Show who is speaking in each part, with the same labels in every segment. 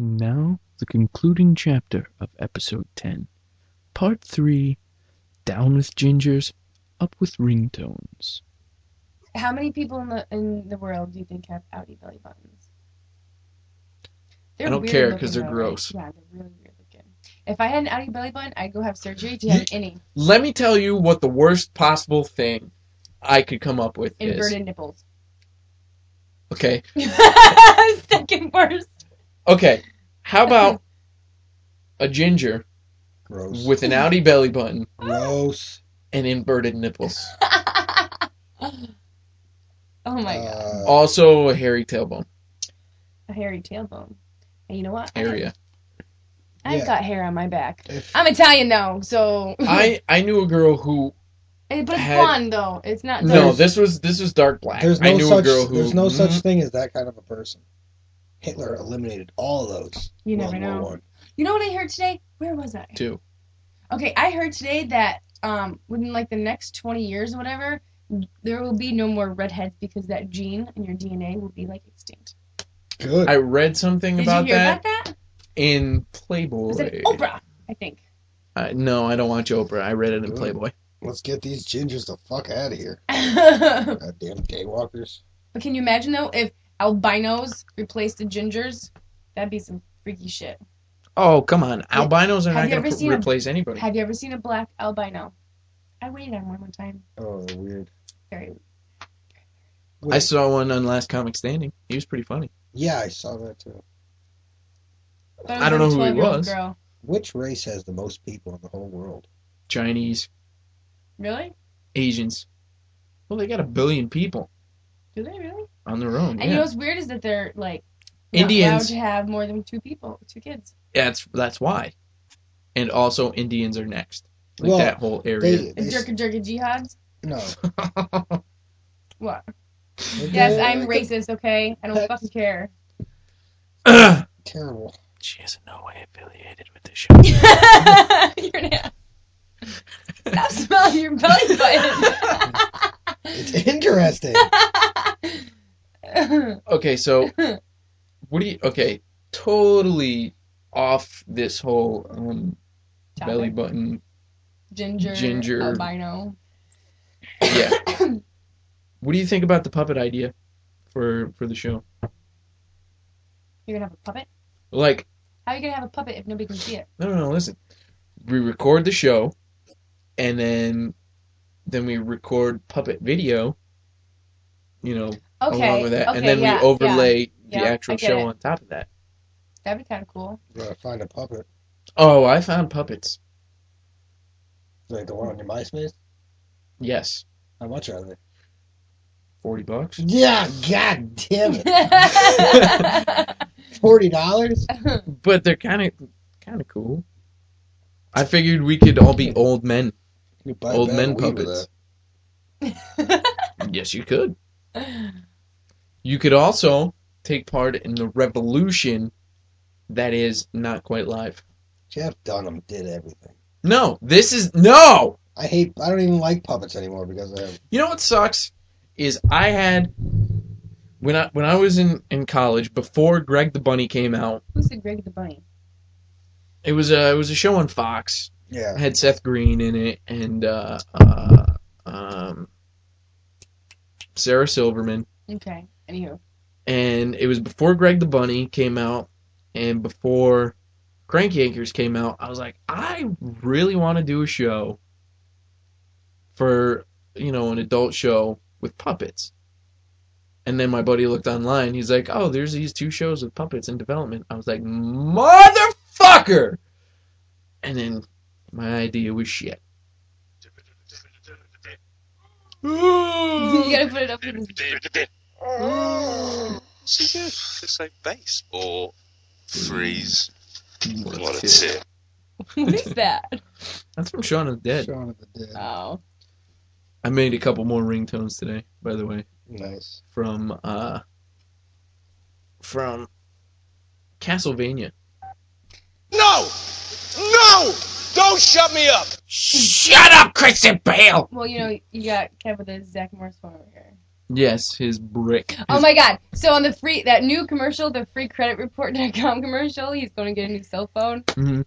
Speaker 1: now the concluding chapter of Episode Ten, Part Three Down with Gingers, Up with Ringtones.
Speaker 2: How many people in the in the world do you think have Audi belly buttons? They're
Speaker 3: I don't
Speaker 2: weird
Speaker 3: care
Speaker 2: looking,
Speaker 3: 'cause they're
Speaker 2: though, right?
Speaker 3: gross.
Speaker 2: Yeah, they're really weird looking. If I had an Audi belly button, I'd go have surgery to have any
Speaker 3: Let me tell you what the worst possible thing I could come up with is.
Speaker 2: inverted nipples.
Speaker 3: Okay.
Speaker 2: Second worst.
Speaker 3: Okay. How about a ginger
Speaker 4: Gross.
Speaker 3: with an Audi belly button
Speaker 4: Gross.
Speaker 3: and inverted nipples?
Speaker 2: Oh my god,
Speaker 4: Uh,
Speaker 3: Also a hairy tailbone
Speaker 2: a hairy tailbone. And you know what? I-
Speaker 3: area.
Speaker 2: I've
Speaker 4: Yeah.
Speaker 2: got hair on my back.
Speaker 4: if-
Speaker 2: I'm Italian though, so
Speaker 3: I I knew a girl who
Speaker 2: Eh, but it's
Speaker 3: had-
Speaker 2: blonde though. It's not
Speaker 3: no
Speaker 2: dark.
Speaker 3: this was this was dark black.
Speaker 4: there's
Speaker 3: I
Speaker 4: no
Speaker 3: knew a
Speaker 4: such
Speaker 3: girl who
Speaker 4: there's no such
Speaker 3: Mhm.
Speaker 4: thing as that kind of a person. Hitler eliminated all of those.
Speaker 2: you
Speaker 4: in
Speaker 2: never
Speaker 4: World
Speaker 2: know.
Speaker 4: War One.
Speaker 2: You know what I heard today? Where was I?
Speaker 3: too.
Speaker 2: Okay, I heard today that um within like the next 20 years or whatever, there will be no more redheads because that gene in your DNA will be like extinct.
Speaker 4: Good.
Speaker 3: I read something
Speaker 2: Did
Speaker 3: about
Speaker 2: you hear
Speaker 3: that
Speaker 2: about that?
Speaker 3: in
Speaker 2: It
Speaker 3: Playboy.
Speaker 2: was in Oprah, I think.
Speaker 3: I- no, I don't watch Oprah. I read it in
Speaker 4: Ooh.
Speaker 3: Playboy.
Speaker 4: Let's get these gingers the fuck out of here.
Speaker 2: but
Speaker 4: Goddamn gay walkers.
Speaker 2: can you imagine though if albinos replaced the gingers? That'd be some freaky shit.
Speaker 3: Oh come on, albinos are not
Speaker 2: Have you
Speaker 3: going
Speaker 2: ever
Speaker 3: to
Speaker 2: seen a-
Speaker 3: replace anybody.
Speaker 2: Have you ever seen a black albino? I waited on one one time.
Speaker 4: Oh, they're weird.
Speaker 2: Very
Speaker 3: I
Speaker 4: Wait,
Speaker 3: saw one on Last Comic Standing. He was pretty funny.
Speaker 4: yeah, I saw that too.
Speaker 2: but it
Speaker 3: I don't
Speaker 2: was
Speaker 3: know who
Speaker 2: like
Speaker 3: he
Speaker 2: a 12-year-old
Speaker 3: was.
Speaker 2: Girl.
Speaker 4: Which race has the most people in the whole world?
Speaker 3: Chinese,
Speaker 2: Really?
Speaker 3: Asians. Well, they got a billion people
Speaker 2: Do they really?
Speaker 3: on their own.
Speaker 2: And you know
Speaker 3: Yeah,
Speaker 2: what's weird is that they're like not allowed
Speaker 3: Indians.
Speaker 2: to have more than two people, two kids.
Speaker 3: That's that's why. And also, Indians are next. Like
Speaker 4: Well,
Speaker 3: that whole area.
Speaker 4: They,
Speaker 2: The
Speaker 4: they-
Speaker 2: Jerka Jerka Jihads.
Speaker 4: no.
Speaker 2: What?
Speaker 4: They're
Speaker 2: Yes,
Speaker 4: good.
Speaker 2: I'm racist. Okay, I don't fucking care.
Speaker 4: Terrible.
Speaker 3: she is in no way affiliated with the show.
Speaker 2: You're an ass. Stop smelling your belly
Speaker 4: It's interesting.
Speaker 2: button.
Speaker 3: Okay, so what do you? Okay, totally off this whole um, belly
Speaker 2: Topic.
Speaker 3: button.
Speaker 2: Ginger.
Speaker 3: Ginger.
Speaker 2: Albino.
Speaker 3: Yeah. what do you think about the puppet idea for for the show?
Speaker 2: You're gonna have a puppet.
Speaker 3: Like,
Speaker 2: How are you gonna have a puppet if nobody can see it?
Speaker 3: no, no, no listen. We record the show, and then then we record puppet video. You know,
Speaker 2: Okay.
Speaker 3: along with that,
Speaker 2: okay,
Speaker 3: and then
Speaker 2: yeah,
Speaker 3: we overlay
Speaker 2: yeah,
Speaker 3: the
Speaker 2: I
Speaker 3: actual
Speaker 2: get
Speaker 3: show
Speaker 2: it.
Speaker 3: on top of that.
Speaker 2: Yeah. That'd be kind of cool.
Speaker 4: You gotta find a puppet.
Speaker 3: Oh, I found puppets.
Speaker 4: Like the one on your MySpace?
Speaker 3: Yes,
Speaker 4: How much are they?
Speaker 3: forty bucks.
Speaker 4: Yeah, god damn it. Forty dollars?
Speaker 3: But they're kind of kind of cool. I figured we could all be old men. Old men puppets. Yes, you could. You could also take part in the revolution that is not quite live.
Speaker 4: Jeff Dunham did everything.
Speaker 3: No, this is no.
Speaker 4: I hate I don't even like puppets anymore because I have
Speaker 3: You know what sucks is I had when I when I was in in college before Greg the Bunny came out.
Speaker 2: Who's the Greg the Bunny?
Speaker 3: It was a it was a show on Fox. It
Speaker 4: yeah.
Speaker 3: had Seth Green in it and uh, uh, um, Sarah Silverman.
Speaker 2: Okay. Anywho.
Speaker 3: and it was before Greg the Bunny came out and before Crank Yankers came out, I was like, I really want to do a show for, you know, an adult show with puppets. And then my buddy looked online. He's like, oh, there's these two shows with puppets in development. I was like, motherfucker! And then my idea was shit.
Speaker 2: you gotta put it up to the
Speaker 5: Is he good? It's like bass or freeze. What a
Speaker 3: That's
Speaker 5: tip.
Speaker 2: What is that?
Speaker 3: from Shaun of the Dead.
Speaker 4: Shaun of the Dead.
Speaker 2: Oh.
Speaker 3: I made a couple more ringtones today, by the way,
Speaker 4: nice.
Speaker 3: from uh from Castlevania.
Speaker 5: No! No! Don't shut me up!
Speaker 3: Shut up, Kristen Bale.
Speaker 2: Well, you know, you got Kev with a Zach Morris phone over here.
Speaker 3: Yes, his brick.
Speaker 2: Oh my god. So on the free that new commercial, the free credit report.com commercial, he's going to get a new cell phone.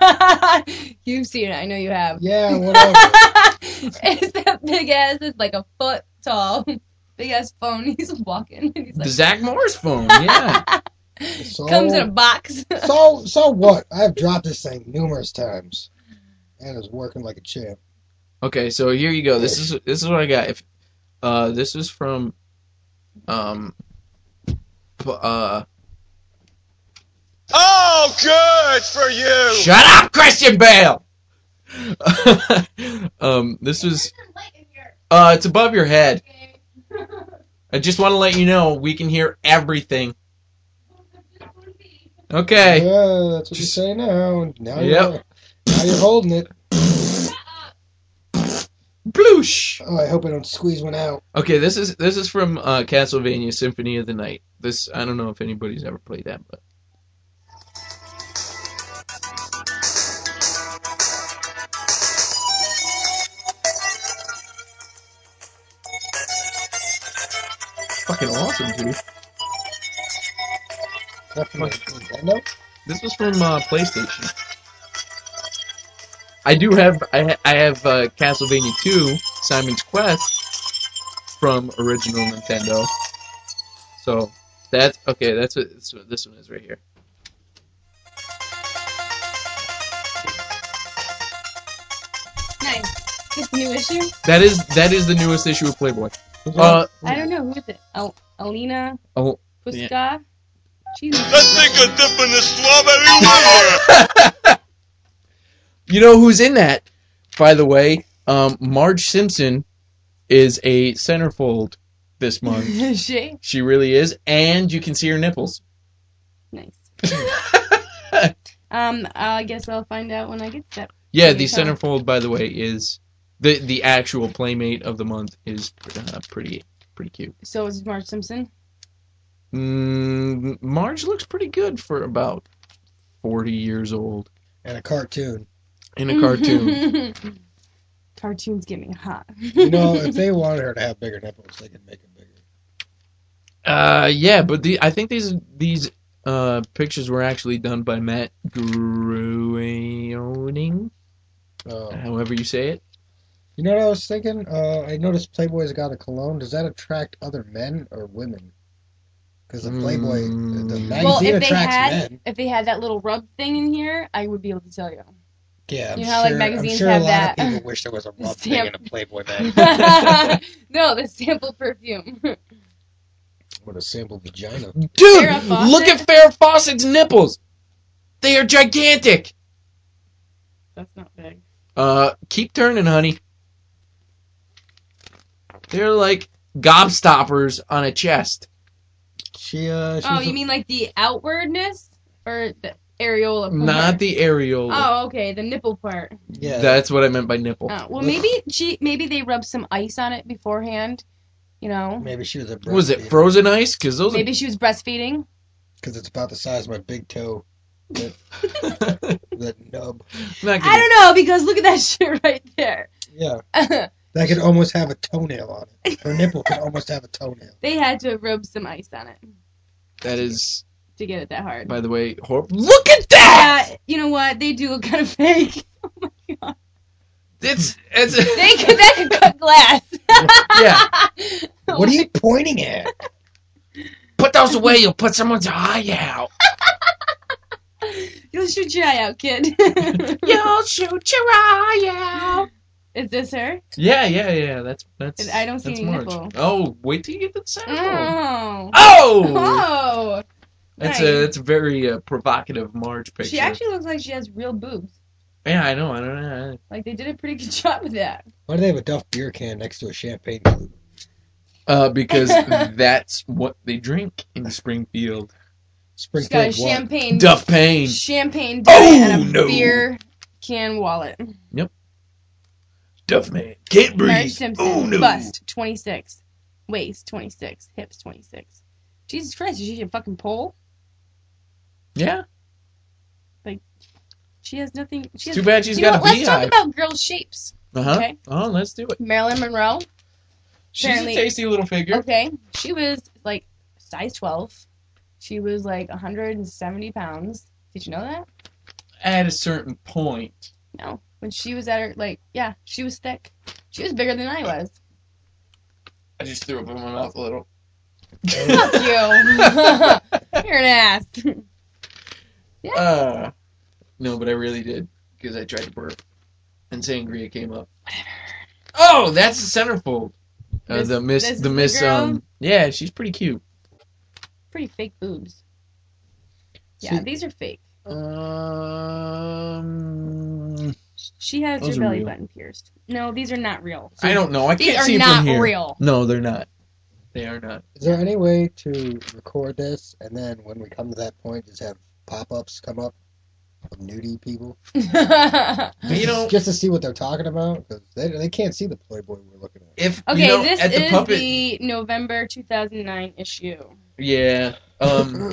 Speaker 3: Mhm.
Speaker 2: You've seen it. I know you have.
Speaker 4: Yeah, whatever.
Speaker 2: it's that big ass. It's like a foot tall. Big ass phone. He's walking. And he's
Speaker 3: The
Speaker 2: like,
Speaker 3: Zach Morris phone, yeah.
Speaker 4: so,
Speaker 2: comes in a box.
Speaker 4: so so what? I've dropped this thing numerous times, and it's working like a champ.
Speaker 3: Okay, so here you go. This is this is what I got. If uh, this is from um p- uh
Speaker 5: Oh, good for you.
Speaker 3: Shut up, Christian Bale. um this is uh it's above your head. I just want to let you know we can hear everything. Okay.
Speaker 4: Yeah, that's what you
Speaker 3: Just-
Speaker 4: say now. Now you're
Speaker 3: Yep.
Speaker 4: now you're holding it.
Speaker 3: Bloosh.
Speaker 4: Oh, I hope I don't squeeze one out.
Speaker 3: Okay, this is this is from uh, Castlevania Symphony of the Night. This I don't know if anybody's ever played that, but fucking awesome, dude.
Speaker 4: Is that from Nintendo?
Speaker 3: This was from uh, PlayStation. I do have I, ha- I have uh, Castlevania 2 Simon's Quest from original Nintendo. So that's okay. That's what, that's what this one is right here.
Speaker 2: nice. This new issue?
Speaker 3: That is that is the newest issue of Playboy.
Speaker 4: Is that-
Speaker 3: Uh,
Speaker 2: I don't know. Who is it? Al- Alina
Speaker 3: oh,
Speaker 2: Puska?
Speaker 3: Yeah.
Speaker 2: Jesus.
Speaker 5: Let's take a dip in the strawberry water.
Speaker 3: you know who's in that? By the way, um, Marge Simpson is a centerfold this month.
Speaker 2: Shay?
Speaker 3: she really is, and you can see her nipples.
Speaker 2: Nice. um, I guess I'll find out when I get that.
Speaker 3: Yeah,
Speaker 2: Can
Speaker 3: the
Speaker 2: you tell?
Speaker 3: centerfold, by the way, is the the actual playmate of the month is uh, pretty pretty cute.
Speaker 2: So is Marge Simpson.
Speaker 3: Mm, Marge looks pretty good for about forty years old
Speaker 4: and a cartoon.
Speaker 3: in
Speaker 2: Mm-hmm.
Speaker 3: a cartoon.
Speaker 2: Cartoons get me hot.
Speaker 4: You know, if they wanted her to have bigger nipples, they could make them bigger.
Speaker 3: uh, yeah, but the I think these these uh pictures were actually done by Matt Groening,
Speaker 4: Oh.
Speaker 3: however you say it.
Speaker 4: You know what I was thinking? Uh, I noticed Playboy's got a cologne. Does that attract other men or women? Because the Playboy,
Speaker 3: Mm.
Speaker 4: the magazine
Speaker 2: well, if they
Speaker 4: attracts
Speaker 2: had,
Speaker 4: men.
Speaker 2: if they had that little rub thing in here, I would be able to tell you.
Speaker 4: Yeah, I'm
Speaker 2: you know
Speaker 4: sure,
Speaker 2: how, like,
Speaker 4: I'm
Speaker 2: magazines
Speaker 4: sure
Speaker 2: have
Speaker 4: a lot
Speaker 2: that.
Speaker 4: of people wish there was a love thing
Speaker 2: Stamp.
Speaker 4: in a Playboy mag.
Speaker 2: no, the sample perfume.
Speaker 4: What a sample vagina.
Speaker 3: Dude,
Speaker 2: Farrah Fawcett?
Speaker 3: look at Farrah Fawcett's nipples. They are gigantic.
Speaker 2: That's not big.
Speaker 3: Uh, keep turning, honey. They're like gobstoppers on a chest.
Speaker 4: She, uh, she
Speaker 2: Oh,
Speaker 4: was
Speaker 2: you
Speaker 4: a-
Speaker 2: mean like the outwardness or the areola? part?
Speaker 3: Not the areola.
Speaker 2: Oh, okay, the nipple part.
Speaker 4: yeah,
Speaker 3: That's what I meant by nipple.
Speaker 2: Uh, well, maybe she, maybe they rub some ice on it beforehand. You know,
Speaker 4: maybe she was a
Speaker 3: What was it frozen ice? Because those
Speaker 2: maybe she was breastfeeding.
Speaker 4: Because it's about the size of my big toe,
Speaker 3: are.
Speaker 4: that nub.
Speaker 3: Not
Speaker 2: I
Speaker 3: gonna-
Speaker 2: don't know because look at that shit right there.
Speaker 4: Yeah, that could almost have a toenail on it. Her nipple could almost have a toenail.
Speaker 2: they had to rub some ice on it
Speaker 3: That is,
Speaker 2: to get it that hard.
Speaker 3: by the way, horrible. Look at that!
Speaker 2: yeah, you know what? They do look kind of fake.
Speaker 3: It's it's.
Speaker 2: They could that could cut glass.
Speaker 3: yeah.
Speaker 4: What are you pointing at?
Speaker 3: Put those away. You'll put someone's eye out.
Speaker 2: You'll shoot your eye out, kid.
Speaker 3: You'll shoot your eye out.
Speaker 2: Is this her?
Speaker 3: Yeah, yeah, yeah. That's that's.
Speaker 2: I don't see
Speaker 3: that's
Speaker 2: any
Speaker 3: Marge.
Speaker 2: nipple.
Speaker 3: Oh, wait till you get the sample.
Speaker 2: Oh.
Speaker 3: Oh.
Speaker 2: Oh.
Speaker 3: That's
Speaker 2: Nice.
Speaker 3: a that's a very uh, provocative Marge picture.
Speaker 2: She actually looks like she has real boobs.
Speaker 3: yeah, I know. I don't know.
Speaker 2: Like they did a pretty good job with that.
Speaker 4: Why do they have a Duff beer can next to a champagne flute?
Speaker 3: Uh, because that's what they drink in Springfield.
Speaker 2: She's got a
Speaker 4: Springfield what?
Speaker 2: champagne
Speaker 3: Duff Payne.
Speaker 2: champagne
Speaker 3: Oh,
Speaker 2: diet and a
Speaker 3: no.
Speaker 2: beer can wallet.
Speaker 3: Duff man. Can't
Speaker 2: Marge
Speaker 3: breathe.
Speaker 2: Simpson.
Speaker 3: Oh no.
Speaker 2: Bust twenty six. Waist twenty six. Hips twenty six. Jesus Christ, is she a fucking pole?
Speaker 3: Yeah.
Speaker 2: She has nothing she
Speaker 3: It's
Speaker 2: has
Speaker 3: too bad she's
Speaker 2: You know
Speaker 3: got
Speaker 2: what?
Speaker 3: a Uh-huh.
Speaker 2: Let's talk
Speaker 3: beehive.
Speaker 2: about girls' shapes.
Speaker 3: Uh huh.
Speaker 2: okay.
Speaker 3: Oh, let's do it.
Speaker 2: Marilyn Monroe.
Speaker 3: She's
Speaker 2: Apparently-
Speaker 3: a tasty little figure.
Speaker 2: Okay, she was like size 12. She was like 170 pounds. Did you know that?
Speaker 3: At a certain point,
Speaker 2: No. When she was at her, like, yeah, she was thick. She was bigger than I was.
Speaker 3: I just threw up in my mouth a little.
Speaker 2: Fuck you. You're an ass.
Speaker 3: Uh, no, but I really did because I tried to burp, and sangria came up. Oh, that's the centerfold. Uh,
Speaker 2: This-
Speaker 3: the miss,
Speaker 2: this is
Speaker 3: the
Speaker 2: the
Speaker 3: miss.
Speaker 2: girl?
Speaker 3: um, yeah, she's pretty cute.
Speaker 2: Pretty fake boobs. Yeah,
Speaker 3: See-
Speaker 2: these are fake.
Speaker 3: Um,
Speaker 2: She has
Speaker 3: Those
Speaker 2: her
Speaker 3: are
Speaker 2: belly
Speaker 3: real.
Speaker 2: button pierced. No, these are not real.
Speaker 3: I don't know. I
Speaker 2: These
Speaker 3: can't
Speaker 2: are
Speaker 3: see
Speaker 2: not
Speaker 3: from here.
Speaker 2: real.
Speaker 3: No, they're not. They are not.
Speaker 4: Is there any way to record this and then when we come to that point, just have pop ups come up of nudie people?
Speaker 3: But, you know,
Speaker 4: just to see what they're talking about because they, they can't see the Playboy we're looking at.
Speaker 3: if
Speaker 2: okay,
Speaker 3: you know,
Speaker 2: this
Speaker 3: at the
Speaker 2: is
Speaker 3: puppet,
Speaker 2: the November 2009 issue.
Speaker 3: yeah. Um,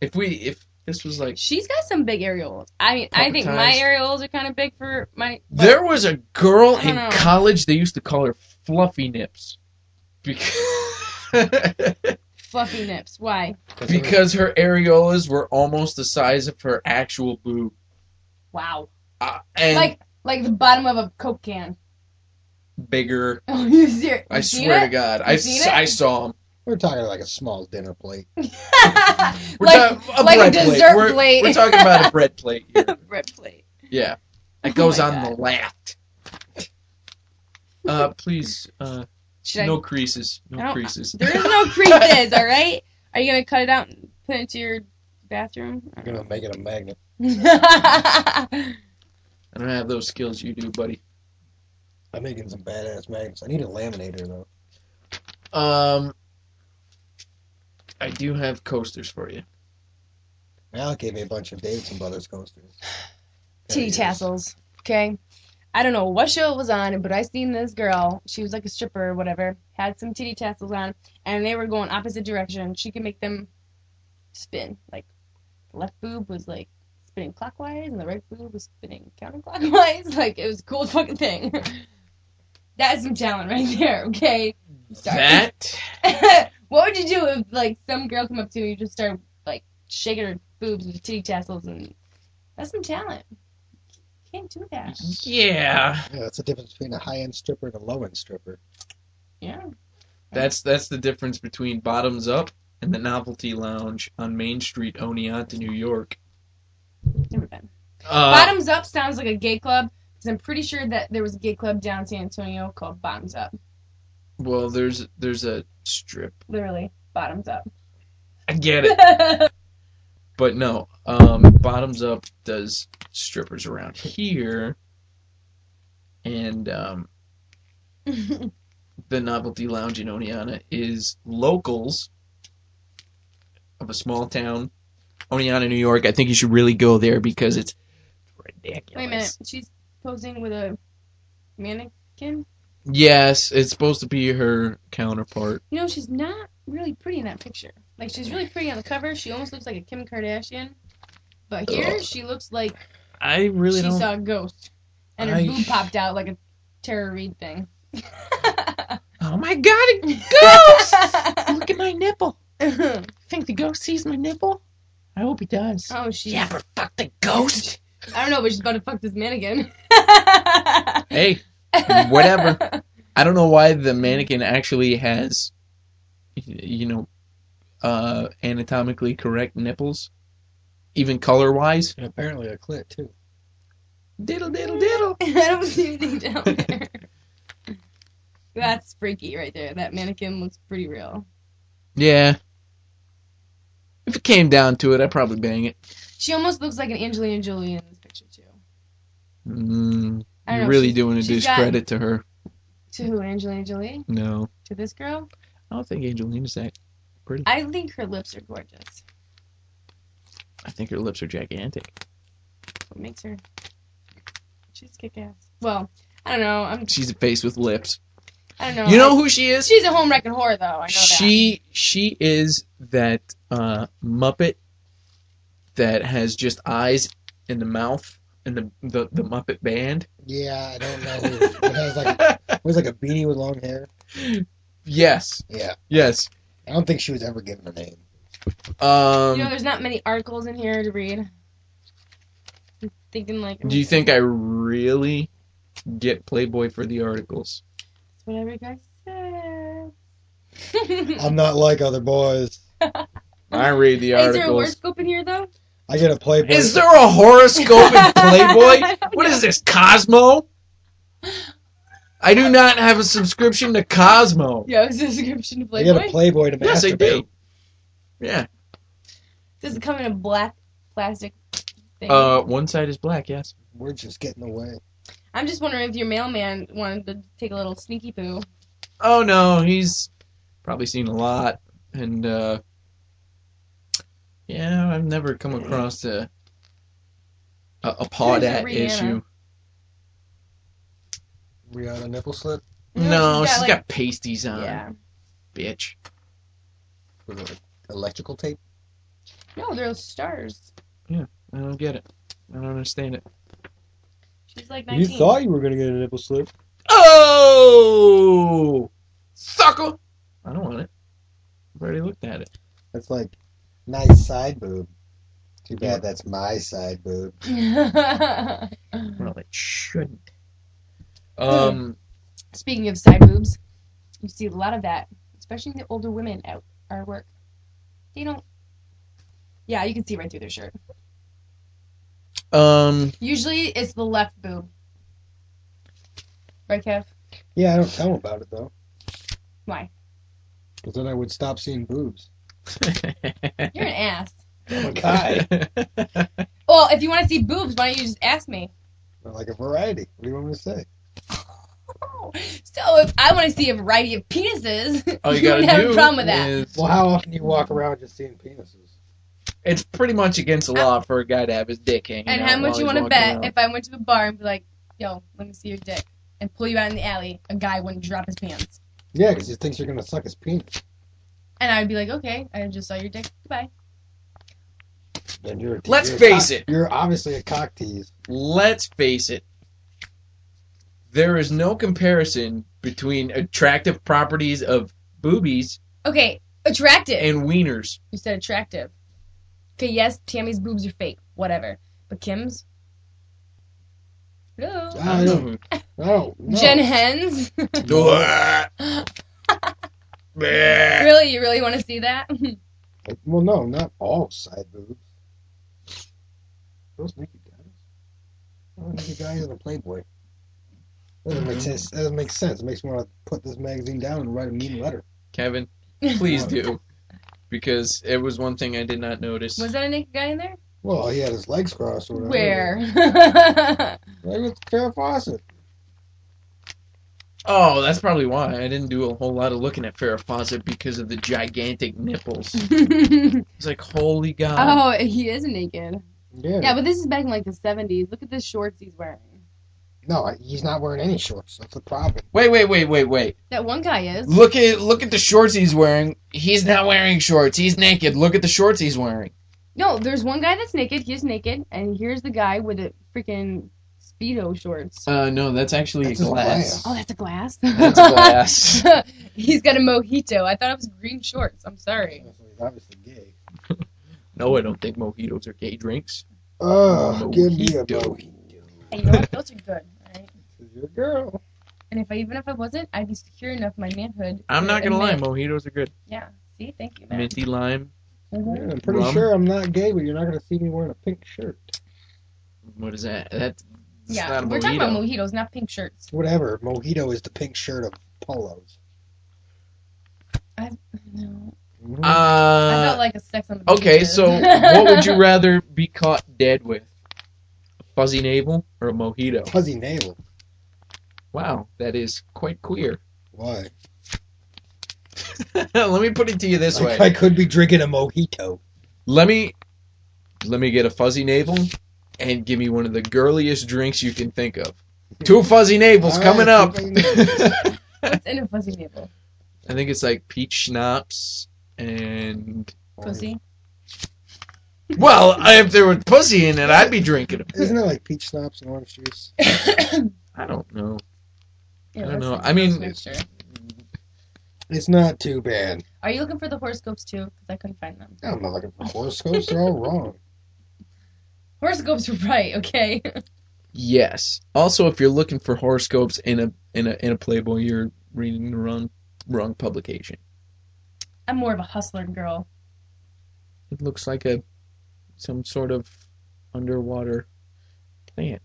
Speaker 3: if we, if this was like,
Speaker 2: She's got some big areolas. I mean, I think my
Speaker 3: Puppetized.
Speaker 2: areolas are kind of big for my. but-
Speaker 3: there was a girl
Speaker 2: I don't
Speaker 3: in
Speaker 2: know.
Speaker 3: college. They used to call her Fluffy Nips because.
Speaker 2: fluffy nips. Why?
Speaker 3: Because her areolas were almost the size of her actual boob.
Speaker 2: Wow.
Speaker 3: Uh, and
Speaker 2: like like the bottom of a coke can.
Speaker 3: bigger.
Speaker 2: Oh, you ser-
Speaker 3: I
Speaker 2: you seen
Speaker 3: swear to
Speaker 2: it?
Speaker 3: God. I,
Speaker 2: seen
Speaker 3: s-
Speaker 2: it?
Speaker 3: I saw them.
Speaker 4: we're talking like a small dinner plate.
Speaker 3: We're
Speaker 2: like
Speaker 3: talking- a
Speaker 2: like a
Speaker 3: bread
Speaker 2: dessert
Speaker 3: plate. We're-
Speaker 2: plate.
Speaker 3: We're, talking about a bread plate here.
Speaker 2: bread plate.
Speaker 3: Yeah. It
Speaker 2: Oh
Speaker 3: goes
Speaker 2: my
Speaker 3: on the lat. Uh, please, uh,
Speaker 2: Should
Speaker 3: no creases.
Speaker 2: I
Speaker 3: No
Speaker 2: don't-
Speaker 3: creases.
Speaker 2: I? There is no creases. all right. Are you gonna cut it out and put it into your bathroom? I
Speaker 4: You're gonna make it a magnet.
Speaker 2: don't know.
Speaker 3: I don't have those skills you do, buddy.
Speaker 4: I'm making some badass magnets. I need a laminator though.
Speaker 3: Um, I do have coasters for you.
Speaker 4: Alec gave me a bunch of Davidson Brothers coasters.
Speaker 2: titty
Speaker 4: There he is.
Speaker 2: tassels. Okay. I don't know what show it was on, but I seen this girl. She was like a stripper or whatever. Had some titty tassels on, and they were going opposite direction. She could make them spin. Like the left boob was like spinning clockwise, and the right boob was spinning counterclockwise. Like it was a cool fucking thing. That's some talent right there. Okay. Sorry.
Speaker 3: That
Speaker 2: what would you do if like some girl come up to you, you just start like shaking her boobs with titty tassels, and that's some talent. You can't do that.
Speaker 3: Yeah.
Speaker 4: Yeah, that's the difference between a high end stripper and a low end stripper.
Speaker 2: Yeah.
Speaker 3: That's that's the difference between Bottoms Up and the Novelty Lounge on Main Street, Oneonta, New York.
Speaker 2: Never been.
Speaker 3: Uh,
Speaker 2: Bottoms Up sounds like a gay club because I'm pretty sure that there was a gay club down in San Antonio called Bottoms Up.
Speaker 3: Well, there's there's a strip.
Speaker 2: Literally, Bottoms Up.
Speaker 3: I get it, but no. Um, Bottoms Up does strippers around here, and um, the Novelty Lounge in Oneonta is locals of a small town, Oneonta, New York. I think you should really go there because it's ridiculous.
Speaker 2: Wait a minute. She's posing with a mannequin.
Speaker 3: Yes, it's supposed to be her counterpart.
Speaker 2: No, she's not really pretty in that picture. Like she's really pretty on the cover. She almost looks like a Kim Kardashian, but here
Speaker 3: Ugh.
Speaker 2: she looks like
Speaker 3: I really
Speaker 2: she
Speaker 3: don't.
Speaker 2: saw a ghost, and her
Speaker 3: I-
Speaker 2: boob popped out like a Tara Reid thing.
Speaker 3: Oh my god, a ghost! Look at my nipple. Think the ghost sees my nipple? I hope he does.
Speaker 2: oh, she's
Speaker 3: yeah, but fuck the ghost.
Speaker 2: I don't know, but she's about to fuck this mannequin.
Speaker 3: Hey, Whatever. I don't know why the mannequin actually has, y- you know, uh, anatomically correct nipples, even color wise.
Speaker 4: And apparently a clit too.
Speaker 3: Diddle diddle diddle.
Speaker 2: I don't see anything down there. That's freaky right there. That mannequin looks pretty real.
Speaker 3: Yeah. If it came down to it, I'd probably bang it.
Speaker 2: She almost looks like an Angelina Jolie in this picture too.
Speaker 3: Mm,
Speaker 2: I don't
Speaker 3: you're
Speaker 2: know,
Speaker 3: really
Speaker 2: she's-
Speaker 3: doing a
Speaker 2: she's got-
Speaker 3: discredit to her.
Speaker 2: To who? Angelina Jolie?
Speaker 3: No.
Speaker 2: To this girl?
Speaker 3: I don't think Angelina's that pretty.
Speaker 2: I think her lips are gorgeous.
Speaker 3: I think her lips are gigantic.
Speaker 2: That's what makes her. She's kick ass. Well, I don't know. I'm.
Speaker 3: She's a face with lips.
Speaker 2: I don't know.
Speaker 3: You know who she is?
Speaker 2: she's a home wrecking whore though. I know that.
Speaker 3: She she is that uh, Muppet that has just eyes in the mouth and the the, the Muppet band.
Speaker 4: Yeah, I don't know. Who, it has like it was like a beanie with long hair.
Speaker 3: yes,
Speaker 4: Yeah.
Speaker 3: yes.
Speaker 4: I don't think she was ever given a name.
Speaker 3: Um,
Speaker 2: you know, there's not many articles in here to read. I'm thinking like
Speaker 3: do you think I really get Playboy for the articles?
Speaker 2: It's whatever you guys said.
Speaker 4: I'm not like other boys.
Speaker 3: I read the
Speaker 2: Is there a
Speaker 3: articles.
Speaker 2: horoscope in here though?
Speaker 4: I get a Playboy.
Speaker 3: Is there a horoscope in Playboy? What is this, Cosmo? I do not have a subscription to Cosmo.
Speaker 2: Yeah, it's a subscription to
Speaker 4: I
Speaker 2: Playboy.
Speaker 4: get a Playboy to
Speaker 3: Yes, I
Speaker 4: masturbate.
Speaker 3: do. Yeah.
Speaker 2: Does it come in a black plastic thing?
Speaker 3: Uh, one side is black. Yes.
Speaker 4: We're just getting away.
Speaker 2: I'm just wondering if your mailman wanted to take a little sneaky poo.
Speaker 3: Oh no, he's probably seen a lot, and uh, yeah, I've never come across a a, a
Speaker 2: Who's
Speaker 3: Paudet
Speaker 2: Rihanna?
Speaker 3: issue.
Speaker 4: Rihanna nipple slit.
Speaker 3: No,
Speaker 2: she's
Speaker 3: she's
Speaker 2: got,
Speaker 3: got pasties on,
Speaker 2: Yeah.
Speaker 3: bitch.
Speaker 4: with like electrical tape.
Speaker 2: No, they're stars.
Speaker 3: I don't get it. I don't understand it.
Speaker 2: She's like 19.
Speaker 4: you were gonna get a nipple slip.
Speaker 3: Oh, sucker! I don't want it. I've already looked at it.
Speaker 4: That's like nice side boob. Too bad that's my side boob.
Speaker 3: Well, it shouldn't. Um,
Speaker 2: Speaking of side boobs, you see a lot of that, especially the older women at our work. They don't. Yeah, you can see right through their shirt.
Speaker 3: um,
Speaker 2: Usually, it's the left boob. Right, Kev?
Speaker 4: Yeah, I don't tell 'em about it though,
Speaker 2: Why?
Speaker 4: because then I would stop seeing boobs.
Speaker 2: You're an ass.
Speaker 4: guy.
Speaker 2: Well, if you want to see boobs, why don't you just ask me?
Speaker 4: They're like a variety. What do you want me to say?
Speaker 2: So if I want to see a variety of penises,
Speaker 3: All you
Speaker 2: you
Speaker 3: gotta
Speaker 2: wouldn't have
Speaker 3: do
Speaker 2: a problem with that.
Speaker 3: is-
Speaker 4: Well, how often do you walk around just seeing penises?
Speaker 3: It's pretty much against the law for a guy to have his dick hanging
Speaker 2: Uh, and
Speaker 3: out
Speaker 2: how
Speaker 3: while
Speaker 2: much you
Speaker 3: he's
Speaker 2: want to
Speaker 3: walking
Speaker 2: bet
Speaker 3: around.
Speaker 2: if I went to the bar and be like, "Yo, let me see your dick," and pull you out in the alley, a guy wouldn't drop his pants,
Speaker 4: Yeah, because he thinks you're gonna suck his penis.
Speaker 2: and I'd be like, "Okay, I just saw your dick. Goodbye."
Speaker 4: Then you're. A,
Speaker 3: Let's
Speaker 4: you're a
Speaker 3: face
Speaker 4: cock-
Speaker 3: it.
Speaker 4: You're obviously a cock tease.
Speaker 3: Let's face it. There is no comparison between attractive properties of boobies
Speaker 2: Okay, attractive.
Speaker 3: and wieners.
Speaker 2: you said attractive. Okay, yes, Tammy's boobs are fake, whatever, but Kim's. Hello.
Speaker 4: I don't. I don't. No.
Speaker 2: Jen Hens. really, you really want to see that?
Speaker 4: Well, no, not all side boobs. Those naked guys. Those naked guys in a Playboy. Doesn't make sense. That doesn't make sense. It makes me want to put this magazine down and write a mean letter.
Speaker 3: Kevin, please do. Because it was one thing I did not notice.
Speaker 2: Was that a naked guy in there?
Speaker 4: Well, he had his legs crossed or whatever.
Speaker 2: Where?
Speaker 4: Like with Farrah Fawcett.
Speaker 3: Oh, that's probably why. I didn't do a whole lot of looking at Farrah Fawcett because of the gigantic nipples. It's like, holy God.
Speaker 2: oh, he is naked.
Speaker 4: Yeah.
Speaker 2: Yeah, but this is back in like the 70s. Look at the shorts he's wearing.
Speaker 4: no, he's not wearing any shorts. That's the problem.
Speaker 3: Wait, wait, wait, wait, wait.
Speaker 2: That one guy is.
Speaker 3: Look at look at the shorts he's wearing. He's not wearing shorts. He's naked. Look at the shorts he's wearing.
Speaker 2: No, there's one guy that's naked. He's naked. And here's the guy with the freaking Speedo shorts.
Speaker 3: Uh, no, that's actually
Speaker 4: That's
Speaker 3: a
Speaker 4: his
Speaker 3: glass.
Speaker 2: Oh, that's a glass?
Speaker 3: That's glass.
Speaker 2: he's got a mojito. I thought it was green shorts. I'm sorry.
Speaker 4: So he's obviously gay.
Speaker 3: no, I don't think mojitos are gay drinks.
Speaker 4: Oh, give me a
Speaker 3: Mojito.
Speaker 4: mojito.
Speaker 2: And you know what? Those are good. all right?
Speaker 4: Your girl.
Speaker 2: And if I even if I wasn't, I'd be secure enough in my manhood.
Speaker 3: I'm not gonna lie,
Speaker 2: admit-
Speaker 3: mojitos are good.
Speaker 2: Yeah. See, thank you, Mm-hmm. man.
Speaker 3: Minty lime.
Speaker 4: Yeah, I'm pretty
Speaker 3: Rum.
Speaker 4: sure I'm not gay, but you're not going to see me wearing a pink shirt.
Speaker 3: What is that? That's, that's
Speaker 2: Yeah,
Speaker 3: not a
Speaker 2: we're
Speaker 3: mojito.
Speaker 2: talking about mojitos, not pink shirts.
Speaker 4: Whatever. Mojito is the pink shirt of polos.
Speaker 2: No.
Speaker 4: Mhm.
Speaker 2: I felt
Speaker 3: uh,
Speaker 2: like a sex on the beach.
Speaker 3: okay,
Speaker 2: is.
Speaker 3: so what would you rather be caught dead with? A fuzzy navel or a mojito?
Speaker 4: Mm-hmm. Fuzzy navel.
Speaker 3: Wow, that is quite queer.
Speaker 4: Why?
Speaker 3: Let me put it to you this way.
Speaker 4: Like, I could be drinking a mojito.
Speaker 3: Let me let me get a fuzzy navel and give me one of the girliest drinks you can think of. Two fuzzy navels
Speaker 4: All
Speaker 3: coming
Speaker 4: right,
Speaker 3: up.
Speaker 4: two
Speaker 3: I
Speaker 2: What's in a fuzzy navel?
Speaker 3: think it's like peach schnapps and
Speaker 2: Pussy.
Speaker 3: well, if there was pussy in it, I'd be drinking them.
Speaker 4: Isn't that like peach schnapps and orange juice?
Speaker 3: I don't know.
Speaker 2: Yeah,
Speaker 3: I don't
Speaker 2: that's
Speaker 3: know.
Speaker 2: like
Speaker 3: I mean,
Speaker 2: gross mixture.
Speaker 4: It's not too bad.
Speaker 2: Are you looking for the horoscopes too? Because I couldn't find them.
Speaker 4: I'm not looking for horoscopes. They're all wrong.
Speaker 2: Horoscopes were right, okay?
Speaker 3: Yes. Also, if you're looking for horoscopes in a in a in a Playboy, you're reading the wrong wrong publication.
Speaker 2: I'm more of a hustler girl.
Speaker 3: It looks like a some sort of underwater plant.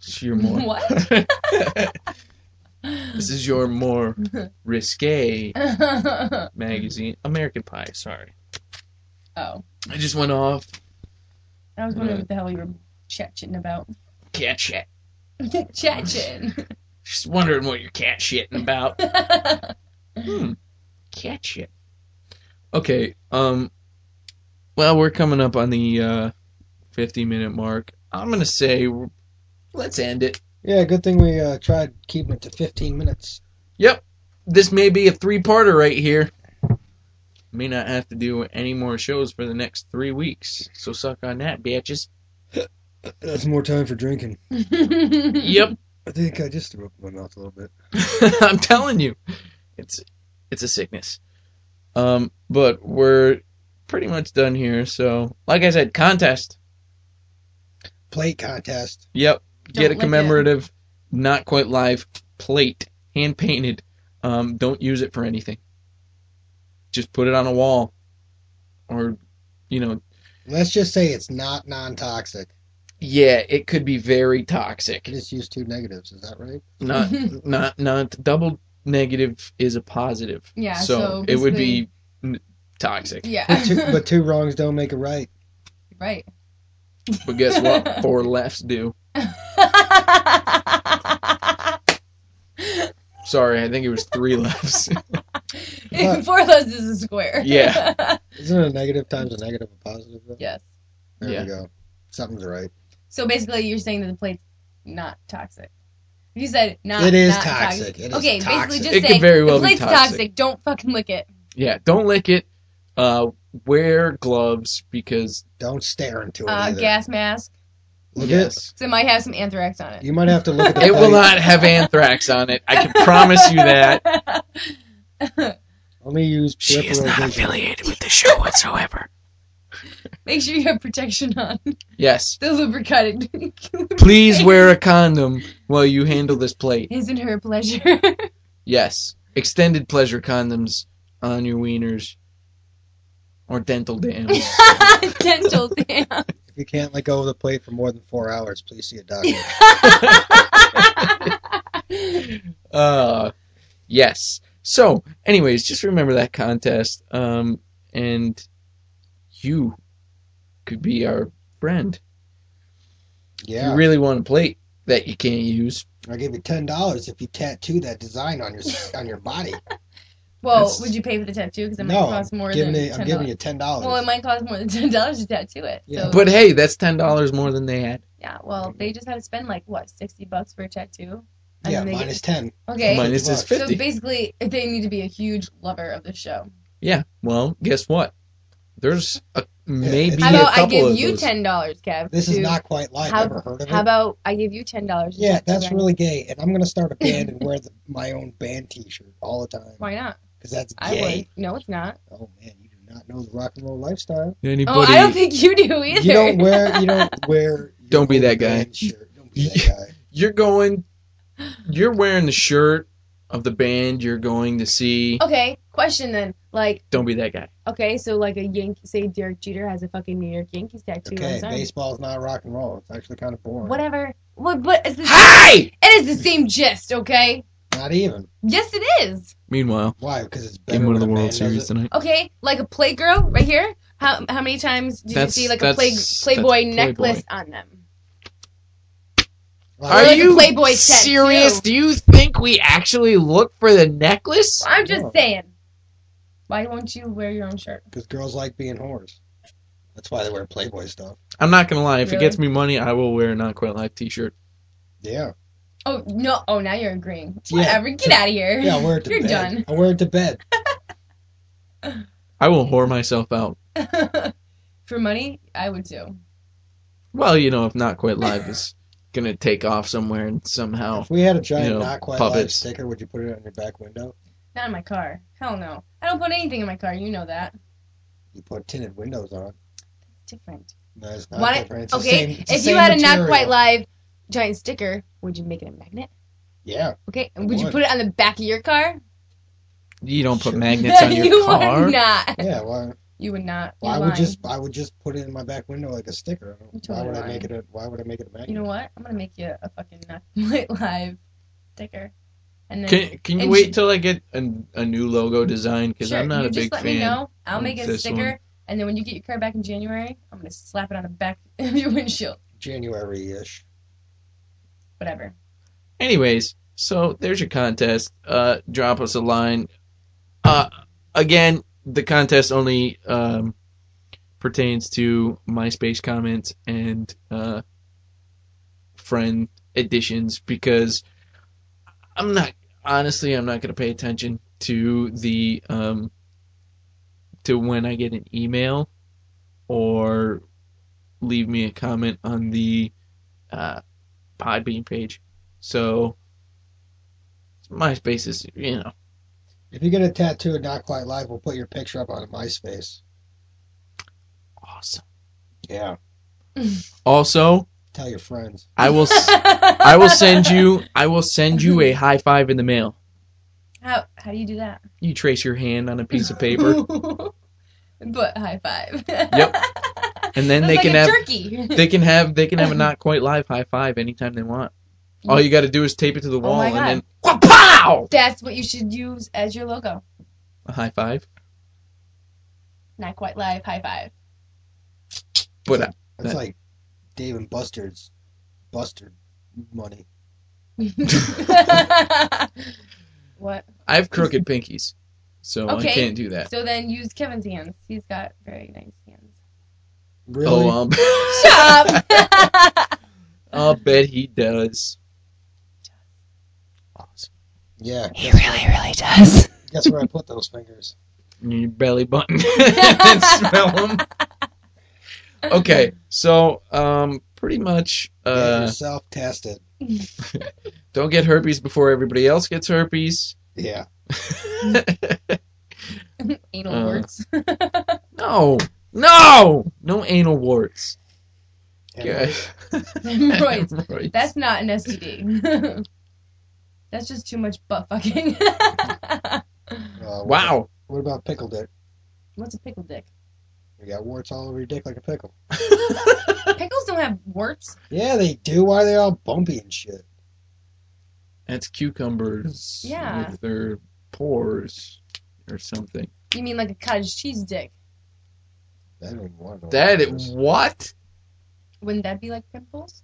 Speaker 3: This is your more.
Speaker 2: What?
Speaker 3: this is your more risque Oh. magazine, American Pie. Sorry,
Speaker 2: oh,
Speaker 3: I just went off
Speaker 2: I was
Speaker 3: Mm.
Speaker 2: wondering what the hell you were chatting about.
Speaker 3: cat shit.
Speaker 2: chatting.
Speaker 3: Just wondering what you're cat shitting about. Hmm. Cat shit. Okay. Um. Well, we're coming up on the uh, 50 minute mark. I'm gonna say, let's end it.
Speaker 4: Yeah, good thing we uh, tried keeping it to 15 minutes.
Speaker 3: Yep. This may be a three parter right here. May not have to do any more shows for the next three weeks. So suck on that, bitches.
Speaker 4: That's more time for drinking.
Speaker 3: Yep.
Speaker 4: I think I just threw up in my mouth a little bit.
Speaker 3: I'm telling you. It's it's a sickness. Um, but we're pretty much done here, so like I said, contest.
Speaker 4: Plate contest.
Speaker 3: Yep.
Speaker 2: Don't
Speaker 3: Get a
Speaker 2: lick it.
Speaker 3: commemorative, not quite live plate, hand painted. Um, don't use it for anything. Just put it on a wall. Or you know,
Speaker 4: Let's just say it's not non-toxic.
Speaker 3: Yeah, it could be very toxic.
Speaker 4: I just used two negatives. Is that right?
Speaker 3: Not not not double negative is a positive.
Speaker 2: Yeah, so
Speaker 3: it would be n- toxic.
Speaker 2: Yeah.
Speaker 4: But two, but two wrongs don't make a right.
Speaker 2: right.
Speaker 3: But guess what? Four lefts do. Sorry, I think it was three lefts.
Speaker 4: But-
Speaker 2: Four less is a square.
Speaker 3: Yeah.
Speaker 4: Isn't a negative times a negative a positive? Though?
Speaker 2: yes.
Speaker 4: There
Speaker 3: Yeah.
Speaker 4: we go. Something's right.
Speaker 2: So basically, you're saying that the plate's not toxic. You said not.
Speaker 4: It is
Speaker 2: not
Speaker 4: toxic. It is
Speaker 2: okay,
Speaker 4: toxic.
Speaker 2: basically
Speaker 3: It
Speaker 2: just
Speaker 3: could
Speaker 2: say
Speaker 3: very well
Speaker 2: the
Speaker 3: be
Speaker 2: plate's
Speaker 3: toxic.
Speaker 2: Don't fucking lick it.
Speaker 3: yeah, don't lick it. Uh, wear gloves because
Speaker 4: Don't stare into it
Speaker 2: Uh,
Speaker 4: either.
Speaker 2: gas mask.
Speaker 4: Look
Speaker 3: yes,
Speaker 2: 'cause it might have some anthrax on
Speaker 4: at-
Speaker 2: it.
Speaker 4: you might have to look at the
Speaker 3: it will
Speaker 4: plate.
Speaker 3: not have anthrax on it. I can promise you that.
Speaker 4: Only use
Speaker 1: She is
Speaker 4: peripheral
Speaker 1: not
Speaker 4: vision.
Speaker 1: affiliated with the show whatsoever.
Speaker 2: Make sure you have protection on.
Speaker 3: Yes,
Speaker 2: The lubricant.
Speaker 3: please wear a condom while you handle this plate.
Speaker 2: Isn't her pleasure.
Speaker 3: Yes. Extended pleasure condoms on your wieners. Or dental dams.
Speaker 2: Dental dam.
Speaker 4: If you can't let go of the plate for more than four hours, please see a doctor.
Speaker 3: uh yes. So, anyways, just remember that contest. Um and you could be our friend.
Speaker 4: Yeah,
Speaker 3: You really want a plate that you can't use.
Speaker 4: I'll give you ten dollars if you tattoo that design on your on your body.
Speaker 2: Well,
Speaker 3: That's-
Speaker 2: would you pay for the tattoo? Because it might
Speaker 4: no,
Speaker 2: cost more
Speaker 4: I'm giving
Speaker 2: than
Speaker 4: you, I'm
Speaker 2: ten
Speaker 4: giving
Speaker 2: dollars.
Speaker 4: you ten dollars.
Speaker 2: Well, it might cost more than ten dollars to tattoo it.
Speaker 4: Yeah.
Speaker 2: So
Speaker 3: But hey, that's ten dollars more than they had.
Speaker 2: yeah, well, they just had to spend like what sixty bucks for a tattoo. And
Speaker 4: yeah,
Speaker 2: then they get-
Speaker 4: minus ten.
Speaker 2: okay.
Speaker 4: mine-
Speaker 3: Minus is
Speaker 4: So
Speaker 2: so
Speaker 3: fifty.
Speaker 2: basically, they need to be a huge lover of the show.
Speaker 3: yeah. Well, guess what? There's a maybe
Speaker 4: How
Speaker 2: How
Speaker 3: a
Speaker 2: about
Speaker 3: couple
Speaker 2: I give
Speaker 3: of
Speaker 2: you
Speaker 3: those.
Speaker 2: ten dollars, Kev?
Speaker 4: This is
Speaker 2: to-
Speaker 4: not quite life.
Speaker 2: how-
Speaker 4: Ever heard of
Speaker 2: How
Speaker 4: it?
Speaker 2: about I give you ten dollars?
Speaker 4: Yeah, that's really gay, and I'm gonna start a band and wear the, my own band T-shirt all the time
Speaker 2: Why not?
Speaker 4: because that's
Speaker 2: I
Speaker 4: gay.
Speaker 2: would. No, it's not.
Speaker 4: Oh man, you do not know the rock and roll lifestyle.
Speaker 3: Anybody
Speaker 2: Oh, I don't think you do either.
Speaker 4: You don't wear. You don't wear. your
Speaker 3: Don't be
Speaker 4: own
Speaker 3: that guy.
Speaker 4: band Shirt. Don't be that guy.
Speaker 3: you're going you're wearing the shirt of the band you're going to see
Speaker 2: Okay, question then. Like,
Speaker 3: don't be that guy
Speaker 2: okay, so like a Yankee, say Derek Jeter has a fucking New York Yankees tattoo on
Speaker 4: Okay,
Speaker 2: his arm.
Speaker 4: baseball's not rock and roll. It's actually kind of boring.
Speaker 2: Whatever. What? But it's the,
Speaker 3: hi
Speaker 2: it is the same gist, okay?
Speaker 4: Not even.
Speaker 2: Yes, it is.
Speaker 3: meanwhile
Speaker 4: Why? Because it's better.
Speaker 3: game one of the
Speaker 4: when a
Speaker 3: world
Speaker 4: man does
Speaker 3: series
Speaker 4: it.
Speaker 3: tonight
Speaker 2: Okay, like a playgirl right here. How how many times did
Speaker 3: That's-
Speaker 2: you see like a play,
Speaker 3: that's-
Speaker 2: Playboy
Speaker 3: that's
Speaker 2: necklace on them?
Speaker 4: Why?
Speaker 2: Or
Speaker 3: are
Speaker 2: like a
Speaker 3: you
Speaker 2: Playboy set,
Speaker 3: serious
Speaker 2: too.
Speaker 3: do you think we actually look for the necklace
Speaker 2: I'm just
Speaker 4: No.
Speaker 2: saying. Why won't you wear your own shirt?
Speaker 4: Because girls like being whores. That's why they wear Playboy stuff.
Speaker 3: i'm not gonna lie if it
Speaker 2: Really?
Speaker 3: gets me money i will wear a not quite live t-shirt
Speaker 4: Yeah.
Speaker 2: Oh no! Oh, now you're agreeing.
Speaker 4: Yeah.
Speaker 2: Whatever. Get out of here.
Speaker 4: Yeah, I wear it to
Speaker 2: You're
Speaker 4: bed.
Speaker 2: done.
Speaker 4: I wear it to bed.
Speaker 3: i will whore myself out
Speaker 2: For money, I would too.
Speaker 3: well you know if not quite live is gonna take off somewhere and somehow
Speaker 4: If we had a giant
Speaker 3: Oh. You know,
Speaker 4: not quite live
Speaker 3: puppets.
Speaker 4: sticker, would you put it on your back window?
Speaker 2: Not in my car. Hell no. I don't put anything in my car. You know that.
Speaker 4: You put tinted windows on.
Speaker 2: Different.
Speaker 4: No, it's not
Speaker 2: Why-
Speaker 4: different. It's the
Speaker 2: Okay.
Speaker 4: same- it's the
Speaker 2: if you
Speaker 4: same
Speaker 2: had a
Speaker 4: material.
Speaker 2: not quite live giant sticker, would you make it a magnet?
Speaker 4: Yeah.
Speaker 2: Okay.
Speaker 4: I
Speaker 2: And would you
Speaker 4: would.
Speaker 2: put it on the back of your car?
Speaker 3: You don't put
Speaker 4: Sure.
Speaker 3: magnets on your
Speaker 2: you
Speaker 3: car.
Speaker 2: would not.
Speaker 4: Yeah. Why?
Speaker 2: You would not.
Speaker 4: Well,
Speaker 2: You're
Speaker 4: I would
Speaker 2: lying.
Speaker 4: just I would just put it in my back window like a sticker.
Speaker 2: totally
Speaker 4: why would I
Speaker 2: lying.
Speaker 4: make it a Why would I make it a magnet?
Speaker 2: You know what? I'm gonna make you a fucking not quite live sticker, and then
Speaker 3: Can, can you
Speaker 2: And
Speaker 3: wait
Speaker 2: sh-
Speaker 3: till I get a, a new logo design? Because
Speaker 2: Sure,
Speaker 3: I'm not
Speaker 2: you
Speaker 3: a
Speaker 2: just
Speaker 3: big
Speaker 2: let
Speaker 3: fan.
Speaker 2: me know. I'll
Speaker 3: of
Speaker 2: make it a
Speaker 3: this
Speaker 2: sticker,
Speaker 3: one.
Speaker 2: and then when you get your car back in January, I'm gonna slap it on the back of your windshield.
Speaker 4: January ish.
Speaker 2: Whatever.
Speaker 3: Anyways, so there's your contest. Uh, drop us a line. Uh, again, the contest only um, pertains to MySpace comments and uh, friend additions because I'm not honestly I'm not going to pay attention to the um, to when I get an email or leave me a comment on the uh, Podbean page. So MySpace is, you know,
Speaker 4: If you get a tattoo of not quite live, we'll put your picture up on MySpace.
Speaker 3: awesome.
Speaker 4: Yeah.
Speaker 3: Also,
Speaker 4: Tell your friends.
Speaker 3: I will s- I will send you I will send you a high five in the mail.
Speaker 2: How how do you do that?
Speaker 3: You trace your hand on a piece of paper,
Speaker 2: but high five.
Speaker 3: Yep. and then
Speaker 2: That's
Speaker 3: they
Speaker 2: like
Speaker 3: can
Speaker 2: a
Speaker 3: have
Speaker 2: turkey.
Speaker 3: they can have they can have a not quite live high five anytime they want. All you got to do is tape it to the wall
Speaker 2: Oh my
Speaker 3: and
Speaker 2: God.
Speaker 3: then pow
Speaker 2: That's what you should use as your logo.
Speaker 3: a high five.
Speaker 2: Not quite live. High five.
Speaker 3: But uh,
Speaker 4: That's
Speaker 3: That-
Speaker 4: like Dave and Buster's Buster money.
Speaker 2: what?
Speaker 3: I have crooked pinkies, so I
Speaker 2: Okay.
Speaker 3: can't do that.
Speaker 2: So then use Kevin's hands. He's got very nice hands.
Speaker 4: Really?
Speaker 3: Oh, um,
Speaker 2: Shut up.
Speaker 3: I'll bet he does. Awesome.
Speaker 4: yeah.
Speaker 2: he really, really does.
Speaker 4: Guess where I put those fingers?
Speaker 3: your belly button and smell them. Okay, so um, pretty much,
Speaker 4: Get
Speaker 3: uh,
Speaker 4: yourself tested.
Speaker 3: don't get herpes before everybody else gets herpes.
Speaker 4: Yeah.
Speaker 2: Anal
Speaker 3: Uh,
Speaker 2: warts.
Speaker 3: no, no, no anal warts.
Speaker 4: Anyway,
Speaker 2: Hemorrhoids.
Speaker 3: Hemorrhoids.
Speaker 2: That's not an STD. That's just too much butt fucking.
Speaker 4: uh, what-
Speaker 3: wow.
Speaker 4: What about pickle dick?
Speaker 2: What's a pickle dick?
Speaker 4: You got warts all over your dick like a pickle.
Speaker 2: Pickles don't have warts.
Speaker 4: Yeah, they do. Why are they all bumpy and shit?
Speaker 3: That's cucumbers
Speaker 2: Yeah.
Speaker 3: with their pores or something.
Speaker 2: You mean like a cottage cheese dick?
Speaker 4: I don't even want to know
Speaker 3: That
Speaker 4: what
Speaker 3: it,
Speaker 4: is.
Speaker 3: what?
Speaker 2: Wouldn't that be like pimples?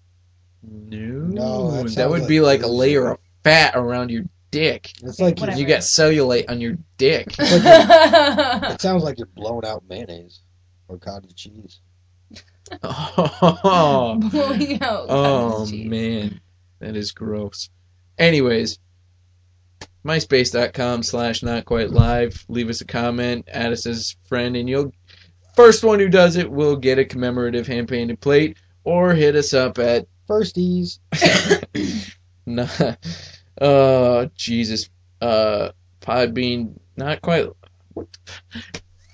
Speaker 3: No,
Speaker 4: that
Speaker 3: that
Speaker 4: sounds
Speaker 3: would
Speaker 4: like-
Speaker 3: be like a layer of fat around your dick.
Speaker 4: It's like
Speaker 2: Whatever.
Speaker 3: You got cellulite on your dick.
Speaker 4: it sounds like you're blowing out mayonnaise or cottage cheese.
Speaker 3: Oh,
Speaker 2: Blowing out
Speaker 3: oh
Speaker 2: cottage cheese.
Speaker 3: man, that is gross. Anyways, myspace.com slash not quite live. Leave us a comment, add us as a friend, and you'll first one who does it will get a commemorative hand painted plate, or hit us up at
Speaker 4: Firsties.
Speaker 3: nah, oh Jesus, uh, Podbean. Not quite. What?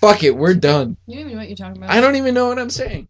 Speaker 3: Fuck it, we're done.
Speaker 2: You don't even know what you're talking about.
Speaker 3: I don't even know what I'm saying.